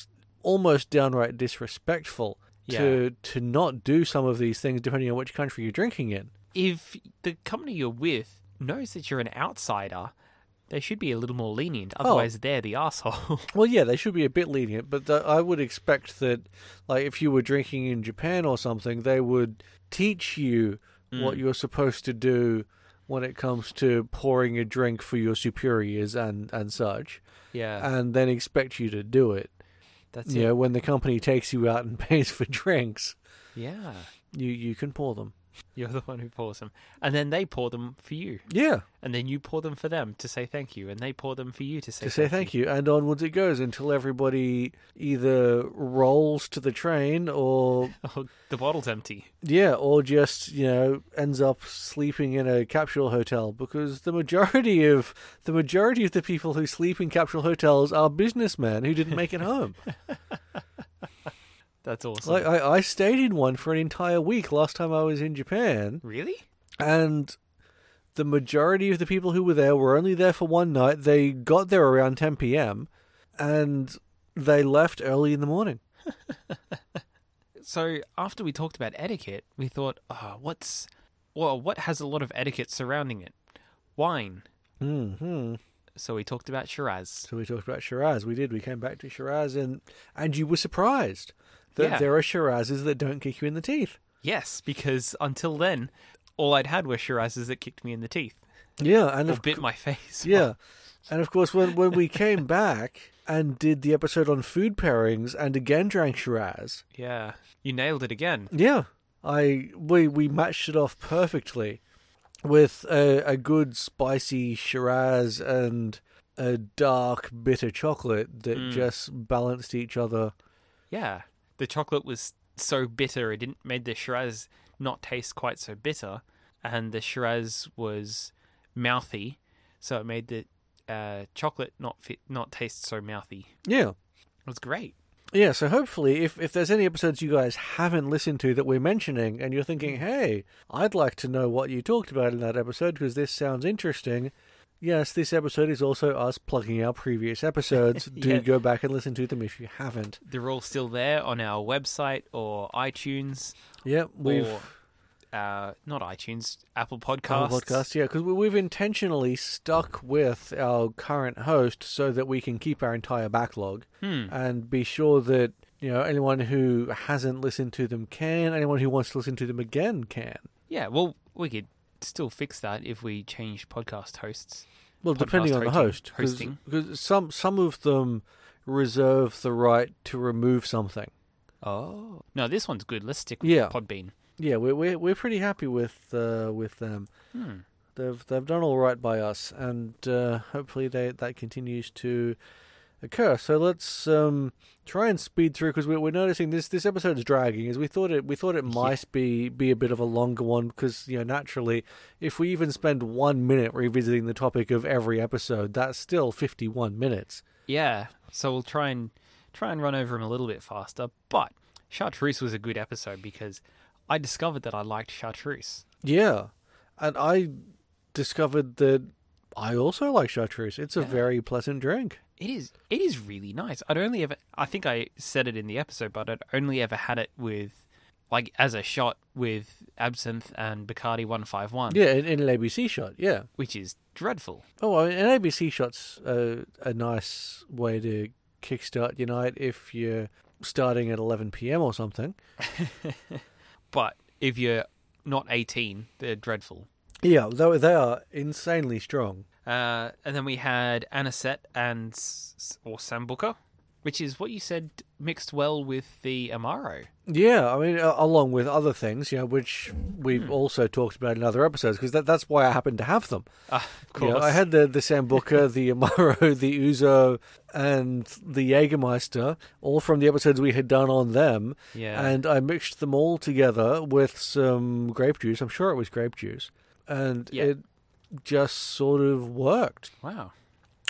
Speaker 1: almost downright disrespectful to to not do some of these things, depending on which country you're drinking in.
Speaker 2: If the company you're with knows that you're an outsider, they should be a little more lenient. Otherwise, they're the asshole.
Speaker 1: Well, yeah, they should be a bit lenient, but th- I would expect that, like, if you were drinking in Japan or something, they would teach you
Speaker 2: Mm.
Speaker 1: what you're supposed to do when it comes to pouring a drink for your superiors and, and such,
Speaker 2: yeah,
Speaker 1: and then expect you to do it.
Speaker 2: that's
Speaker 1: You
Speaker 2: it.
Speaker 1: know, when the company takes you out and pays for drinks,
Speaker 2: Yeah,
Speaker 1: you, you can pour them.
Speaker 2: you're the one who pours them, and then they pour them for you,
Speaker 1: Yeah,
Speaker 2: and then you pour them for them to say thank you, and they pour them for you to say
Speaker 1: to say thank you, and onwards it goes until everybody either rolls to the train or
Speaker 2: Oh, the bottle's empty.
Speaker 1: Yeah, or just, you know, ends up sleeping in a capsule hotel because the majority of the majority of the people who sleep in capsule hotels are businessmen who didn't make it home.
Speaker 2: That's awesome.
Speaker 1: like I, I stayed in one for an entire week last time I was in Japan
Speaker 2: really?
Speaker 1: and the majority of the people who were there were only there for one night. They got there around ten PM and they left early in the morning.
Speaker 2: So after we talked about etiquette, we thought, oh, what's well, what has a lot of etiquette surrounding it? Wine.
Speaker 1: hmm
Speaker 2: So we talked about Shiraz.
Speaker 1: So we talked about Shiraz. We did. We came back to Shiraz, and and you were surprised that
Speaker 2: Yeah.
Speaker 1: there are Shirazes that don't kick you in the teeth.
Speaker 2: Yes, because until then, all I'd had were Shirazes that kicked me in the teeth
Speaker 1: Yeah, and
Speaker 2: or
Speaker 1: of,
Speaker 2: bit my face.
Speaker 1: yeah, and of course when when we came back and did the episode on food pairings and again drank Shiraz.
Speaker 2: yeah. You nailed it again.
Speaker 1: Yeah, I we we matched it off perfectly with a, a good spicy Shiraz and a dark bitter chocolate that just balanced each other.
Speaker 2: Yeah. The chocolate was so bitter it didn't made the Shiraz not taste quite so bitter, and the Shiraz was mouthy, so it made the uh, chocolate not fit, not taste so mouthy.
Speaker 1: Yeah.
Speaker 2: It was great.
Speaker 1: Yeah, so hopefully, if, if there's any episodes you guys haven't listened to that we're mentioning and you're
Speaker 2: Mm.
Speaker 1: thinking, hey, I'd like to know what you talked about in that episode because this sounds interesting, yes, this episode is also us plugging our previous episodes. Do
Speaker 2: Yeah.
Speaker 1: go back and listen to them if you haven't.
Speaker 2: They're all still there on our website or iTunes
Speaker 1: Yep, we've.
Speaker 2: or uh, not iTunes, Apple
Speaker 1: our
Speaker 2: Podcasts.
Speaker 1: podcast, yeah, because we've intentionally stuck with our current host so that we can keep our entire backlog
Speaker 2: Hmm. Mm.
Speaker 1: and be sure that you know anyone who hasn't listened to them can, anyone who wants to listen to them again can.
Speaker 2: Yeah, well, we could still fix that if we change podcast hosts.
Speaker 1: Well, depending
Speaker 2: podcast
Speaker 1: on the
Speaker 2: hosting-
Speaker 1: host,
Speaker 2: hosting.
Speaker 1: because some some of them reserve the right to remove something.
Speaker 2: Oh. No, this one's good. Let's stick with
Speaker 1: Yeah.
Speaker 2: Podbean.
Speaker 1: Yeah, we're we're, we're pretty happy with uh, with them.
Speaker 2: Hmm.
Speaker 1: They've they've done all right by us, and uh, hopefully they that continues to occur. So let's um, try and speed through because we're, we're noticing this this episode's dragging. As we thought it we thought it might be be a bit of a longer one because you know naturally if we even spend one minute revisiting the topic of every episode, that's still fifty one minutes.
Speaker 2: Yeah, so we'll try and try and run over him a little bit faster. But Chartreuse was a good episode because I discovered that I liked Chartreuse.
Speaker 1: Yeah. And I discovered that I also like chartreuse. It's a very pleasant drink.
Speaker 2: It is it is really nice. I'd only ever I think I said it in the episode, but I'd only ever had it with like as a shot with absinthe and Bacardi one five one,
Speaker 1: Yeah, in, in an ABC shot. Yeah.
Speaker 2: which is dreadful.
Speaker 1: Oh, I mean, an ABC shot's a, a nice way to kickstart your night if you're starting at 11 p.m. or something.
Speaker 2: But if you're not eighteen, they're dreadful.
Speaker 1: Yeah, though they are insanely strong.
Speaker 2: Uh, and then we had anisette and s- or sambuca, which is what you said mixed well with the amaro.
Speaker 1: Yeah, I mean, a- along with other things, you know, which we've also talked about in other episodes, because that, that's why I happen to have them.
Speaker 2: Ah, of
Speaker 1: You
Speaker 2: course.
Speaker 1: know, I had the the Sambuca, the Amaro, the Uzo, and the Jägermeister, all from the episodes we had done on them,
Speaker 2: Yeah.
Speaker 1: and I mixed them all together with some grape juice. I'm sure it was grape juice, and
Speaker 2: Yeah.
Speaker 1: it just sort of worked.
Speaker 2: wow.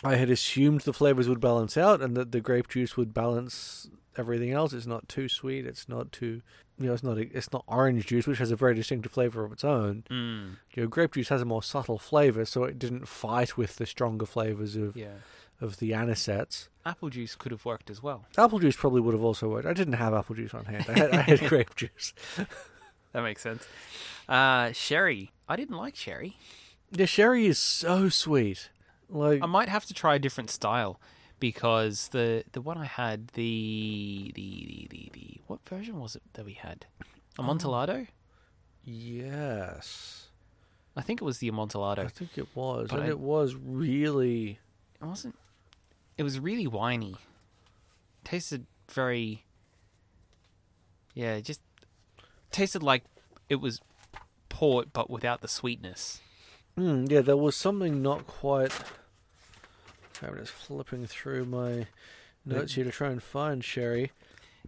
Speaker 1: I had assumed the flavors would balance out and that the grape juice would balance everything else. It's not too sweet. It's not too, you know, it's not it's not orange juice, which has a very distinctive flavor of its own.
Speaker 2: Mm,
Speaker 1: You know, grape juice has a more subtle flavor, so it didn't fight with the stronger flavors of
Speaker 2: yeah.
Speaker 1: of the anisets.
Speaker 2: Apple juice could have worked as well.
Speaker 1: Apple juice probably would have also worked. I didn't have apple juice on hand. I had, I had grape juice.
Speaker 2: That makes sense. Uh, sherry. I didn't like sherry.
Speaker 1: The sherry is so sweet. Like
Speaker 2: I might have to try a different style because the the one I had the the the, the, the what version was it that we had? Um, Amontillado.
Speaker 1: yes,
Speaker 2: I think it was the
Speaker 1: I
Speaker 2: Amontillado.
Speaker 1: think it was,
Speaker 2: But
Speaker 1: and
Speaker 2: I-
Speaker 1: it was really
Speaker 2: It wasn't. It was really winey. Tasted very. Yeah, it just tasted like it was port, but without the sweetness.
Speaker 1: Mm, yeah, there was something not quite. I'm just flipping through my notes here to try and find Sherry.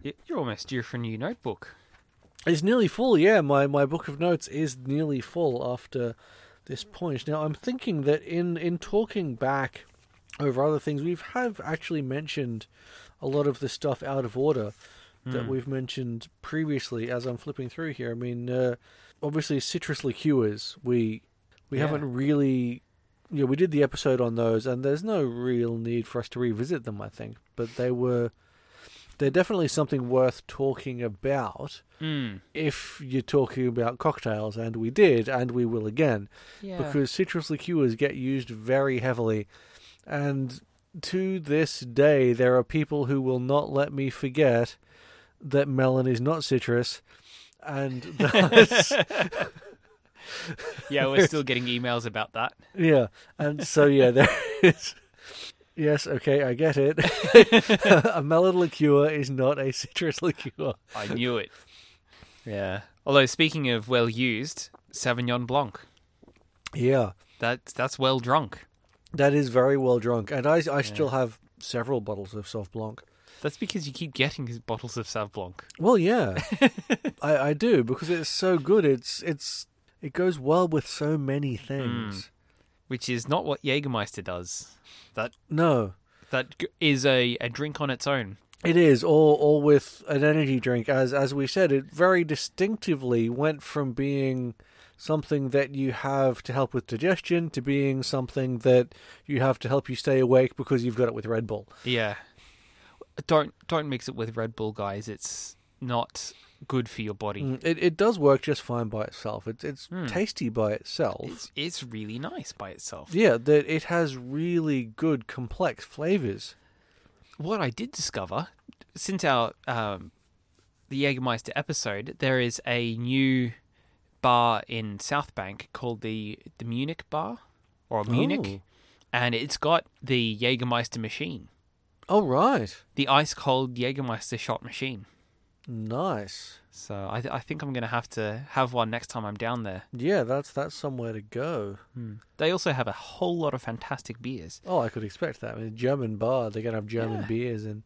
Speaker 2: Y- You're almost due for a new notebook.
Speaker 1: It's nearly full. Yeah, my my book of notes is nearly full after this point. Now I'm thinking that in in talking back over other things, we've have actually mentioned a lot of the stuff out of order that we've mentioned previously. As I'm flipping through here, I mean, uh, obviously citrus liqueurs. We we
Speaker 2: Yeah.
Speaker 1: haven't really. Yeah, we did the episode on those, and there's no real need for us to revisit them, I think. But they were, they're definitely something worth talking about
Speaker 2: Mm.
Speaker 1: if you're talking about cocktails, and we did, and we will again,
Speaker 2: Yeah.
Speaker 1: because citrus liqueurs get used very heavily. And to this day, there are people who will not let me forget that melon is not citrus, and thus,
Speaker 2: yeah, we're still getting emails about that.
Speaker 1: yeah, and so yeah, there is. Yes, okay, I get it. a melon liqueur is not a citrus liqueur.
Speaker 2: I knew it. Yeah. Although speaking of well used, Sauvignon Blanc.
Speaker 1: Yeah.
Speaker 2: That's that's well drunk.
Speaker 1: That is very well drunk, and I, I still have several bottles of Sauv Blanc.
Speaker 2: That's because you keep getting these bottles of Sauv Blanc.
Speaker 1: Well, yeah, I, I do because it's so good. It's it's it goes well with so many things.
Speaker 2: which is not what Jägermeister does. That
Speaker 1: No,
Speaker 2: that g- is a, a drink on its own.
Speaker 1: it is all all with an energy drink. As as we said, it very distinctively went from being something that you have to help with digestion to being something that you have to help you stay awake because you've got it with Red Bull.
Speaker 2: Yeah. Don't don't mix it with Red Bull, guys. It's not good for your body.
Speaker 1: Mm, It it does work just fine by itself. It's it's tasty by itself.
Speaker 2: It's it's really nice by itself.
Speaker 1: Yeah, that it has really good complex flavors.
Speaker 2: What I did discover since our um, the Jägermeister episode, there is a new bar in South Bank called the the Munich Bar or Munich,
Speaker 1: Oh.
Speaker 2: and it's got the Jägermeister machine,
Speaker 1: Oh right,
Speaker 2: the ice cold Jägermeister shot machine.
Speaker 1: nice.
Speaker 2: So I, th- I think I'm going to have to have one next time I'm down there.
Speaker 1: Yeah, that's that's somewhere to go.
Speaker 2: They also have a whole lot of fantastic beers.
Speaker 1: Oh, I could expect that. I mean, German bar, they're gonna have German
Speaker 2: Yeah.
Speaker 1: beers and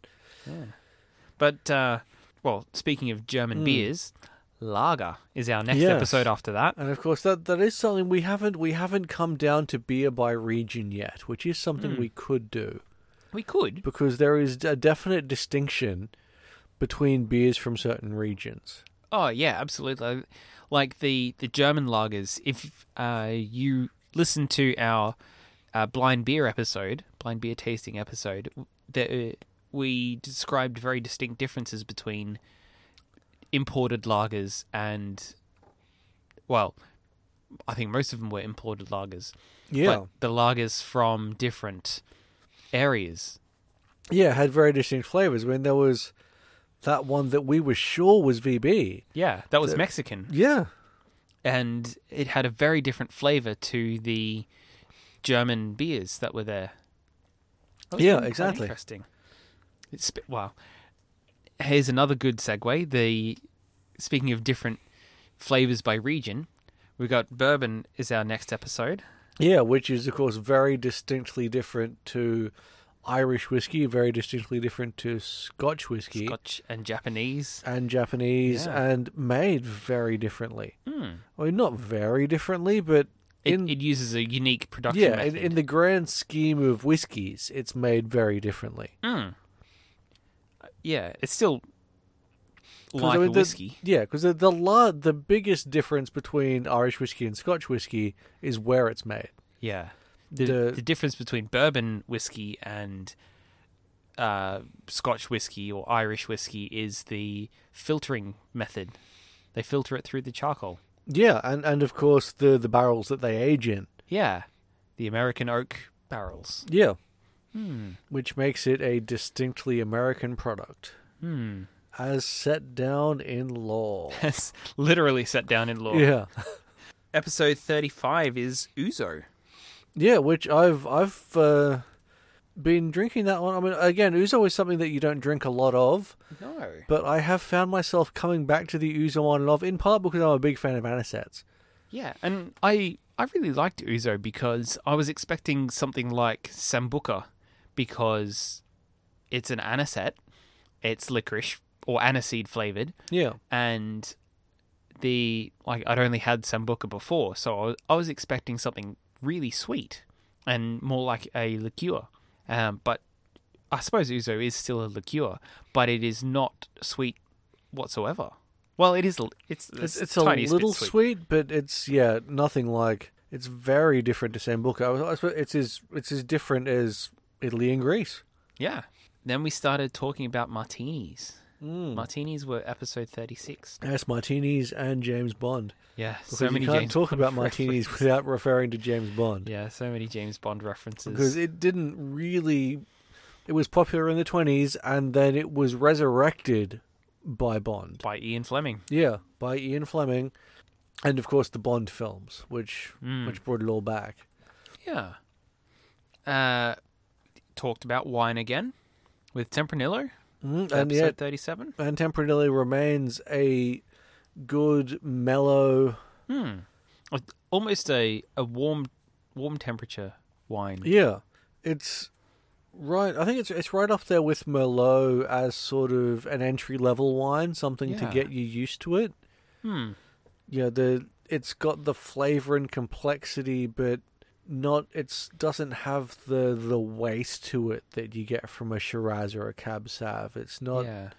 Speaker 2: But, uh, well, speaking of German beers, Lager is our next
Speaker 1: Yes.
Speaker 2: episode after that.
Speaker 1: and of course that that is something we haven't we haven't come down to beer by region yet, which is something we could do
Speaker 2: We could.
Speaker 1: because there is a definite distinction between beers from certain regions.
Speaker 2: Oh, yeah, absolutely. Like the, the German lagers, if uh, you listen to our uh, blind beer episode, blind beer tasting episode, the, we described very distinct differences between imported lagers and, well, I think most of them were imported lagers.
Speaker 1: Yeah,
Speaker 2: But the lagers from different areas.
Speaker 1: yeah, had very distinct flavors. I mean, there was that one that we were sure was VB.
Speaker 2: Yeah, that was Mexican.
Speaker 1: Yeah,
Speaker 2: And it had a very different flavor to the German beers that were there. That was
Speaker 1: Yeah,
Speaker 2: Oh, quite
Speaker 1: exactly.
Speaker 2: Interesting. It's, sp- wow. Here's another good segue. The speaking of different flavors by region, we got bourbon is our next episode.
Speaker 1: Yeah, which is of course very distinctly different to Irish whiskey, very distinctly different to Scotch whiskey
Speaker 2: Scotch and Japanese.
Speaker 1: and Japanese,
Speaker 2: Yeah.
Speaker 1: and made very differently.
Speaker 2: Hmm.
Speaker 1: I mean, not very differently, but
Speaker 2: It,
Speaker 1: In-
Speaker 2: it uses a unique production
Speaker 1: yeah, in,
Speaker 2: method.
Speaker 1: in the grand scheme of whiskies, it's made very differently.
Speaker 2: Mm. Yeah, it's still
Speaker 1: 'Cause,
Speaker 2: like
Speaker 1: I mean,
Speaker 2: a
Speaker 1: the-
Speaker 2: whiskey.
Speaker 1: yeah, because the the, la- the biggest difference between Irish whiskey and Scotch whiskey is where it's made.
Speaker 2: Yeah. The,
Speaker 1: the-
Speaker 2: the difference between bourbon whiskey and uh, Scotch whiskey or Irish whiskey is the filtering method. They filter it through the charcoal.
Speaker 1: Yeah, and, and of course the the barrels that they age in.
Speaker 2: Yeah. The American oak barrels.
Speaker 1: Yeah,
Speaker 2: Hmm.
Speaker 1: which makes it a distinctly American product,
Speaker 2: Hmm.
Speaker 1: as set down in law.
Speaker 2: That's literally set down in law.
Speaker 1: yeah,
Speaker 2: Episode 35 is Uzo.
Speaker 1: yeah, which I've I've uh, been drinking that one. I mean, again, ouzo is something that you don't drink a lot of,
Speaker 2: No.
Speaker 1: but I have found myself coming back to the ouzo on and off, in part because I'm a big fan of anisets.
Speaker 2: Yeah, and I I really liked Uzo because I was expecting something like Sambuca because it's an anisette, it's licorice or aniseed flavored,
Speaker 1: Yeah,
Speaker 2: and the like I'd only had Sambuca before, so I was, I was expecting something really sweet and more like a liqueur. Um, but I suppose Uzo is still a liqueur, but it is not sweet whatsoever. Well, it is. l- It's
Speaker 1: it's, it's a
Speaker 2: tiniest bit
Speaker 1: little
Speaker 2: sweet.
Speaker 1: sweet. but it's yeah, nothing like it's very different to Sambuca. I, I suppose it's as it's as different as Italy and Greece.
Speaker 2: Yeah. Then we started talking about martinis.
Speaker 1: Mm.
Speaker 2: Martinis were episode 36.
Speaker 1: Yes, martinis and James Bond.
Speaker 2: Yeah,
Speaker 1: Because
Speaker 2: so many
Speaker 1: you can't
Speaker 2: James
Speaker 1: talk
Speaker 2: Bond
Speaker 1: about martinis
Speaker 2: references.
Speaker 1: without referring to James Bond.
Speaker 2: Yeah, so many James Bond references.
Speaker 1: Because it didn't really. It was popular in the 20s and then it was resurrected by Bond.
Speaker 2: by Ian Fleming.
Speaker 1: Yeah, by Ian Fleming. And of course, the Bond films, which
Speaker 2: Mm.
Speaker 1: which brought it all back.
Speaker 2: Yeah. Uh talked about wine again with Tempranillo,
Speaker 1: Mm, and
Speaker 2: episode
Speaker 1: yet,
Speaker 2: 37.
Speaker 1: and Tempranillo remains a good, mellow.
Speaker 2: Hmm. Uh, Almost a a warm warm temperature wine.
Speaker 1: Yeah, it's right. I think it's it's right up there with Merlot as sort of an entry level wine, something to
Speaker 2: Yeah.
Speaker 1: get you used to it.
Speaker 2: Hmm.
Speaker 1: Yeah, the it's got the flavor and complexity, but not it's doesn't have the the weight to it that you get from a Shiraz or a Cab Sav. It's not
Speaker 2: yeah.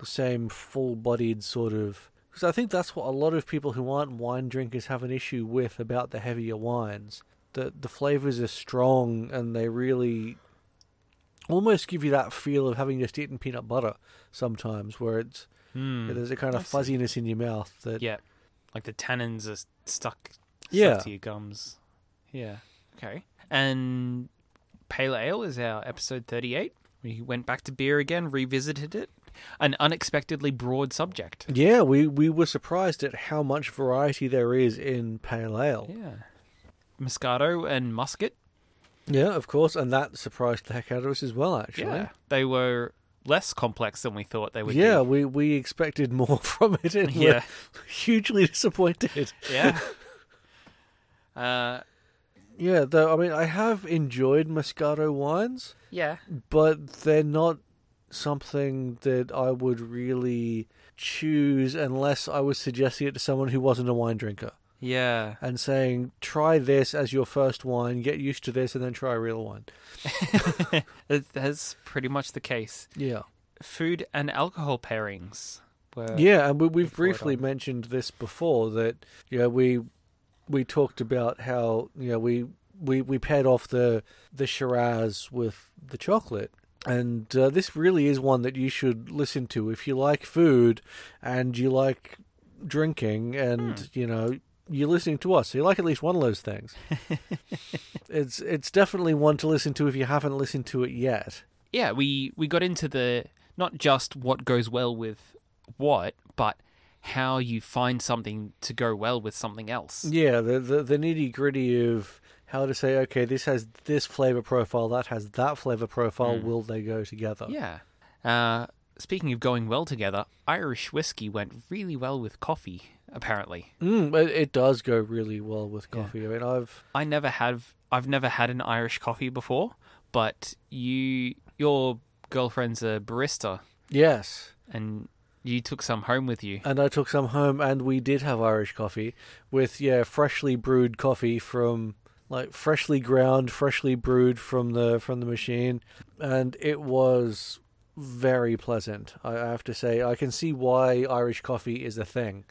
Speaker 1: the same full bodied sort of. Because I think that's what a lot of people who aren't wine drinkers have an issue with about the heavier wines. That the flavors are strong and they really almost give you that feel of having just eaten peanut butter sometimes, where it's
Speaker 2: Hmm.
Speaker 1: there's a kind of
Speaker 2: I see.
Speaker 1: fuzziness in your mouth that
Speaker 2: Yeah. Like the tannins are s- stuck, stuck
Speaker 1: Yeah.
Speaker 2: to your gums. Yeah. Okay. And Pale Ale is our episode 38. We went back to beer again, revisited it. An unexpectedly broad subject.
Speaker 1: Yeah, we, we were surprised at how much variety there is in pale ale.
Speaker 2: Yeah. Moscato and Muscat.
Speaker 1: Yeah, of course, and that surprised the heck out of us as well. Actually,
Speaker 2: They were less complex than we thought they would
Speaker 1: yeah,
Speaker 2: be.
Speaker 1: we we expected more from it, and
Speaker 2: Yeah.
Speaker 1: yeah. were hugely disappointed.
Speaker 2: Yeah. uh,
Speaker 1: Yeah, though I mean, I have enjoyed Moscato wines,
Speaker 2: yeah.
Speaker 1: but they're not something that I would really choose unless I was suggesting it to someone who wasn't a wine drinker
Speaker 2: Yeah.
Speaker 1: and saying, "Try this as your first wine, get used to this, and then try a real one."
Speaker 2: That- That's pretty much the case.
Speaker 1: Yeah.
Speaker 2: Food and alcohol pairings were.
Speaker 1: Yeah, and we, we've
Speaker 2: uh, before it
Speaker 1: briefly
Speaker 2: on.
Speaker 1: mentioned this before that you know, we we talked about how you know we we, we paired off the the Shiraz with the chocolate, and uh, this really is one that you should listen to if you like food and you like drinking, and
Speaker 2: Hmm.
Speaker 1: you know you're listening to us, so you like at least one of those things. it's it's definitely one to listen to if you haven't listened to it yet.
Speaker 2: yeah, we we got into the not just what goes well with what, but how you find something to go well with something else.
Speaker 1: Yeah, the the, the nitty gritty of how to say, okay, this has this flavor profile, that has that flavor profile. Will they go together?
Speaker 2: Yeah. Uh, speaking of going well together, Irish whiskey went really well with coffee. Apparently,
Speaker 1: Mm, it, it does go really well with coffee. I mean, I've
Speaker 2: I never have. I've never had an Irish coffee before, but you, your girlfriend's a barista,
Speaker 1: yes,
Speaker 2: and You took some home with you.
Speaker 1: and I took some home, and we did have Irish coffee with yeah, freshly brewed coffee from like freshly ground, freshly brewed from the from the machine, and it was very pleasant. I I have to say, I can see why Irish coffee is a thing,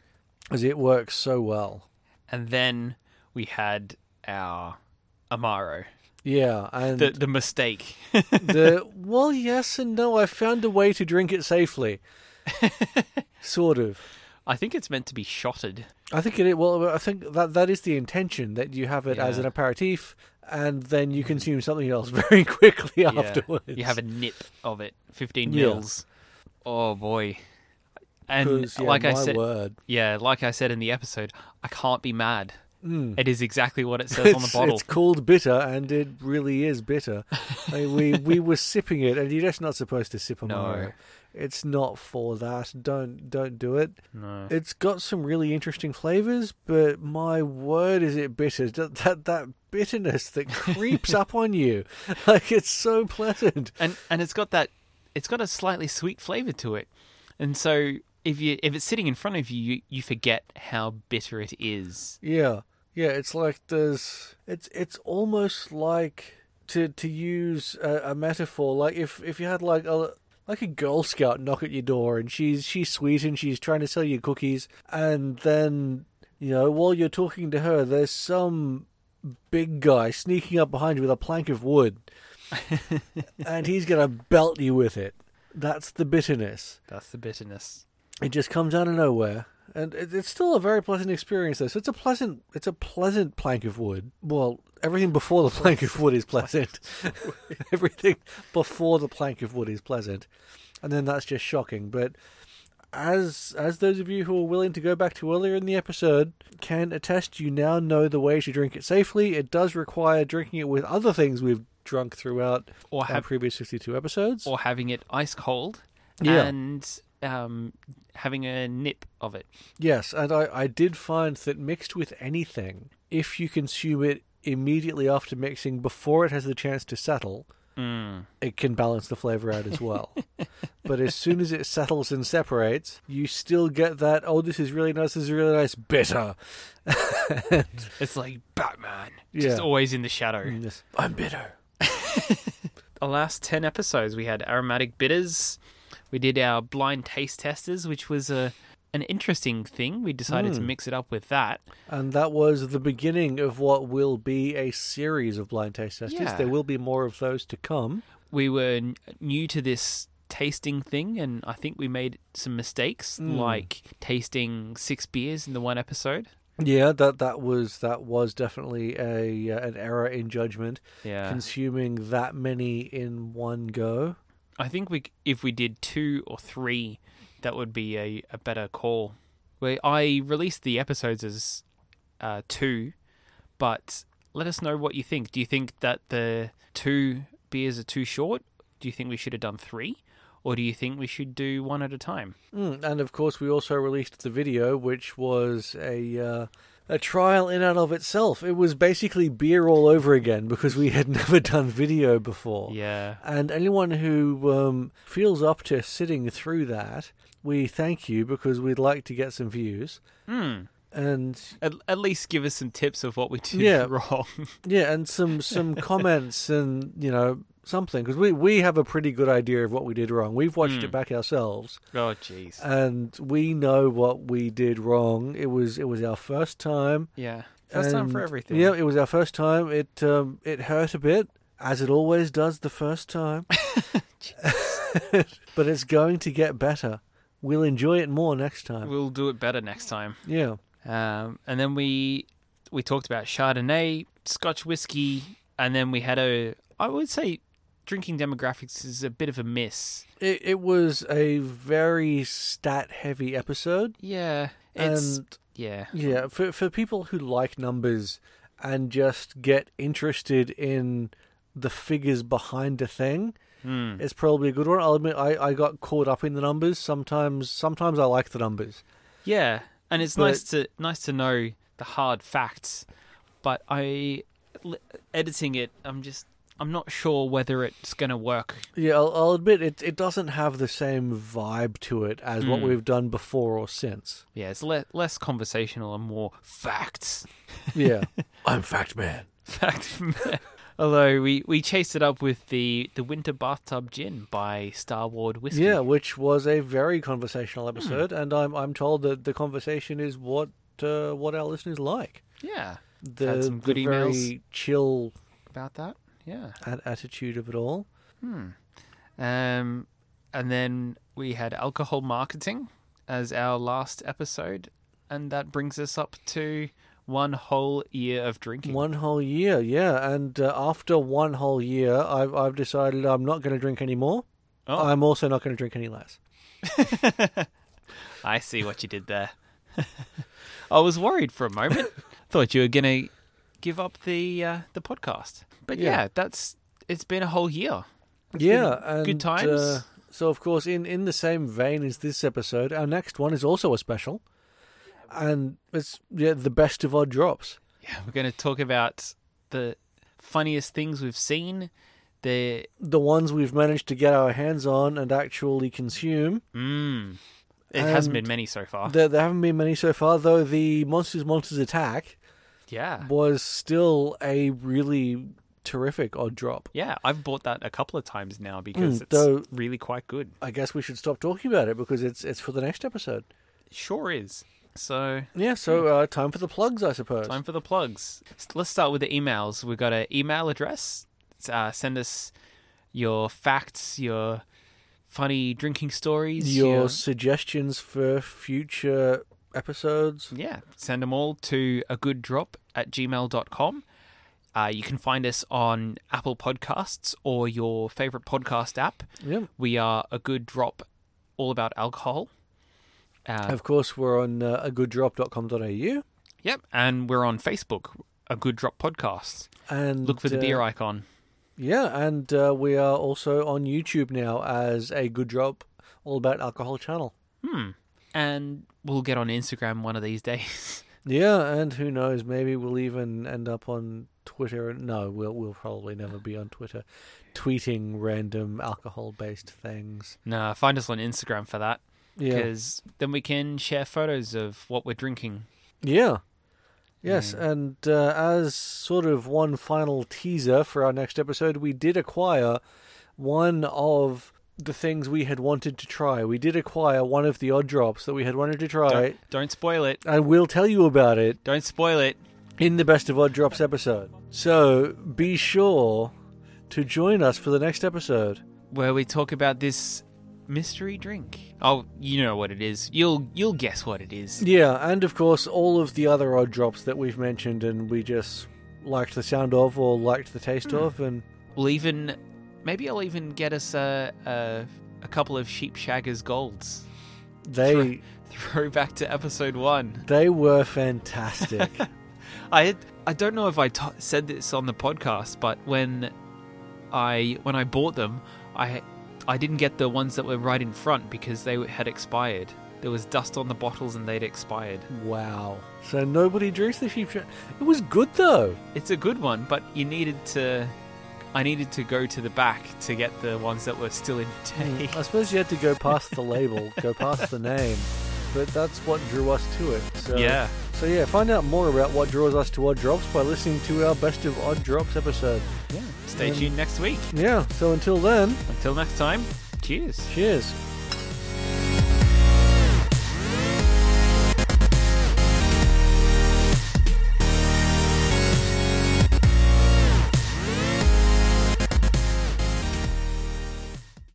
Speaker 1: as it works so well.
Speaker 2: And then we had our Amaro.
Speaker 1: Yeah, and
Speaker 2: The the mistake.
Speaker 1: the well, yes and no. I found a way to drink it safely, sort of.
Speaker 2: I think it's meant to be shotted.
Speaker 1: I think it. Well, I think that that is the intention that you have it as
Speaker 2: Yeah. Mm.
Speaker 1: an aperitif, and then you consume something else very quickly
Speaker 2: Yeah.
Speaker 1: afterwards.
Speaker 2: You have a nip of it, 15
Speaker 1: Yeah.
Speaker 2: mils. Oh boy. And
Speaker 1: 'Cause, yeah,
Speaker 2: like I
Speaker 1: my
Speaker 2: said,
Speaker 1: word,
Speaker 2: yeah, like I said in the episode, I can't be mad.
Speaker 1: Mm.
Speaker 2: It is exactly what it says
Speaker 1: it's,
Speaker 2: on the bottle.
Speaker 1: it's called bitter, and it really is bitter. I mean, we we were sipping it, and you're just not supposed to sip a
Speaker 2: No.
Speaker 1: Amaro. It's not for that. Don't don't do it.
Speaker 2: No.
Speaker 1: It's got some really interesting flavors, but my word, is it bitter? That that, that bitterness that creeps up on you, like it's so pleasant.
Speaker 2: and and it's got that it's got a slightly sweet flavor to it and so if you if it's sitting in front of you you, you forget how bitter it is
Speaker 1: Yeah, yeah. It's like there's. It's it's almost like to to use a, a metaphor. Like if if you had like a like a Girl Scout knock at your door and she's she's sweet and she's trying to sell you cookies, and then you know while you're talking to her, there's some big guy sneaking up behind you with a plank of wood, and he's gonna belt you with it. That's the bitterness
Speaker 2: that's the bitterness
Speaker 1: it just comes out of nowhere and it, it's still a very pleasant experience though so it's a pleasant it's a pleasant plank of wood well everything before the plank of wood is pleasant everything before the plank of wood is pleasant and then that's just shocking but as as those of you who are willing to go back to earlier in the episode can attest you now know the way to drink it safely it does require drinking it with other things we've drunk throughout
Speaker 2: or
Speaker 1: our
Speaker 2: have
Speaker 1: previous 62 episodes
Speaker 2: or having it ice cold
Speaker 1: Yeah.
Speaker 2: and um having a nip of it
Speaker 1: Yes, and I, I did find that mixed with anything, if you consume it immediately after mixing before it has the chance to settle,
Speaker 2: mm.
Speaker 1: it can balance the flavor out as well. but as soon as it settles and separates, you still get that, oh, this is really nice, this is really nice, bitter.
Speaker 2: it's like batman
Speaker 1: Yeah. Mm.
Speaker 2: just always in the shadow
Speaker 1: And this, I'm bitter.
Speaker 2: the last 10 episodes we had aromatic bitters we did our blind taste testers which was a an interesting thing we decided to mix it up with that
Speaker 1: And that was the beginning of what will be a series of blind taste testers.
Speaker 2: Yeah.
Speaker 1: There will be more of those to come.
Speaker 2: we were n- new to this tasting thing and i think we made some mistakes like tasting six beers in the one episode
Speaker 1: Yeah, that that was that was definitely a uh, an error in judgment.
Speaker 2: yeah
Speaker 1: consuming that many in one go.
Speaker 2: i think we c- if we did two or three that would be a, a better call Well, i released the episodes as uh, two but let us know what you think do you think that the two beers are too short do you think we should have done three or do you think we should do one at a time
Speaker 1: Mm, and of course, we also released the video, which was a uh, a trial in and of itself. It was basically beer all over again because we had never done video before.
Speaker 2: yeah
Speaker 1: And anyone who um, feels up to sitting through that, we thank you because we'd like to get some views.
Speaker 2: hmm
Speaker 1: And
Speaker 2: at, at least give us some tips of what we did
Speaker 1: Yeah.
Speaker 2: wrong.
Speaker 1: yeah, and some some comments and you know something because we we have a pretty good idea of what we did wrong. We've watched
Speaker 2: Mm.
Speaker 1: it back ourselves.
Speaker 2: oh, jeez.
Speaker 1: and we know what we did wrong. It was it was our first time.
Speaker 2: yeah. First time for
Speaker 1: and-
Speaker 2: everything.
Speaker 1: Yeah, it was our first time. It um, it hurt a bit, as it always does the first time. but it's going to get better. We'll enjoy it more next time.
Speaker 2: We'll do it better next time.
Speaker 1: yeah,
Speaker 2: Um, and then we we talked about Chardonnay, Scotch whiskey, and then we had a. I would say drinking demographics is a bit of a miss.
Speaker 1: it it was a very stat heavy episode,
Speaker 2: Yeah. It's
Speaker 1: and
Speaker 2: yeah.
Speaker 1: Yeah, for for people who like numbers and just get interested in the figures behind a thing,
Speaker 2: Hmm.
Speaker 1: it's probably a good one. I'll admit I, I got caught up in the numbers. Sometimes sometimes I like the numbers.
Speaker 2: Yeah, and it's
Speaker 1: But-
Speaker 2: nice to nice to know the hard facts, but I l- editing it, I'm just I'm not sure whether it's gonna work.
Speaker 1: Yeah, I'll, I'll admit it. It doesn't have the same vibe to it as what
Speaker 2: Mm.
Speaker 1: we've done before or since.
Speaker 2: Yeah, it's le- less conversational and more facts.
Speaker 1: Yeah, I'm fact man.
Speaker 2: Fact. Although we, we chased it up with the, the winter bathtub gin by Starward Whiskey.
Speaker 1: Yeah, which was a very conversational episode, and I'm I'm told that the conversation is what uh, what our listeners like.
Speaker 2: yeah.
Speaker 1: The,
Speaker 2: Had some good
Speaker 1: the
Speaker 2: emails.
Speaker 1: very chill
Speaker 2: About that, yeah.
Speaker 1: at- attitude of it all.
Speaker 2: Um, and then we had alcohol marketing as our last episode, and that brings us up to one whole year of drinking.
Speaker 1: One whole year, yeah, and uh, after one whole year, I've I've decided I'm not going to drink anymore.
Speaker 2: Oh.
Speaker 1: I'm also not going to drink any less.
Speaker 2: I see what you did there. I was worried for a moment. Thought you were gonna give up the uh, the podcast, but yeah.
Speaker 1: Yeah.
Speaker 2: that's it's been a whole year.
Speaker 1: yeah, and,
Speaker 2: good times.
Speaker 1: uh, so, of course, in in the same vein as this episode, our next one is also a special, and it's yeah the best of odd drops.
Speaker 2: Yeah, we're gonna talk about the funniest things we've seen. The
Speaker 1: The ones we've managed to get our hands on and actually consume.
Speaker 2: mm, it hasn't
Speaker 1: And
Speaker 2: been many so far.
Speaker 1: There, there haven't been many so far, though. The Monsters Monsters Attack
Speaker 2: yeah,
Speaker 1: was still a really terrific odd drop.
Speaker 2: Yeah, I've bought that a couple of times now because
Speaker 1: Mm,
Speaker 2: it's
Speaker 1: though-
Speaker 2: really quite good.
Speaker 1: I guess we should stop talking about it because it's it's for the next episode.
Speaker 2: Sure is. So,
Speaker 1: Yeah, so uh, time for the plugs, I suppose.
Speaker 2: time for the plugs. S- Let's start with the emails. We've got an email address. S- Uh, send us your facts, your funny drinking stories.
Speaker 1: Your suggestions for future episodes.
Speaker 2: Yeah, send them all to a good drop at gmail.com. Uh, you can find us on Apple Podcasts or your favorite podcast app.
Speaker 1: Yeah.
Speaker 2: We are a good drop, all about alcohol. Uh,
Speaker 1: Of course, we're on uh, agooddrop.com.au.
Speaker 2: Yep, and we're on Facebook, a Good Drop Podcast.
Speaker 1: And
Speaker 2: Look for the
Speaker 1: uh,
Speaker 2: beer icon.
Speaker 1: Yeah, and uh, we are also on YouTube now as a good drop, all about alcohol channel.
Speaker 2: Hmm. And we'll get on Instagram one of these days.
Speaker 1: Yeah, and who knows? Maybe we'll even end up on Twitter. No, we'll we'll probably never be on Twitter, tweeting random alcohol-based things.
Speaker 2: nah, find us on Instagram for that
Speaker 1: Yeah,
Speaker 2: because then we can share photos of what we're drinking.
Speaker 1: yeah, yes. And uh, as sort of one final teaser for our next episode, we did acquire one of the things we had wanted to try. We did acquire one of the odd drops that we had wanted to try,
Speaker 2: Don't, don't spoil it.
Speaker 1: and we'll tell you about it
Speaker 2: Don't spoil it.
Speaker 1: in the Best of Odd Drops episode. So be sure to join us for the next episode.
Speaker 2: Where we talk about this mystery drink. Oh, you know what it is. You'll you'll guess what it is.
Speaker 1: Yeah, and of course, all of the other odd drops that we've mentioned and we just liked the sound of or liked the taste of. And
Speaker 2: We'll even maybe I'll even get us a a, a couple of Sheep Shaggers Golds.
Speaker 1: they,
Speaker 2: Throwback to episode one.
Speaker 1: they were fantastic.
Speaker 2: I had, I don't know if I t- said this on the podcast, but when I when I bought them, I I didn't get the ones that were right in front because they had expired. There was dust on the bottles and they'd expired.
Speaker 1: wow. So nobody drinks the sheep. Sh- it was good though.
Speaker 2: It's a good one, but you needed to I needed to go to the back to get the ones that were still in the
Speaker 1: I suppose you had to go past the label, go past the name, but that's what drew us to it. So,
Speaker 2: Yeah.
Speaker 1: So yeah, find out more about what draws us to Odd Drops by listening to our Best of Odd Drops episode.
Speaker 2: Stay tuned next week.
Speaker 1: Yeah. So until then,
Speaker 2: Until next time, cheers.
Speaker 1: cheers.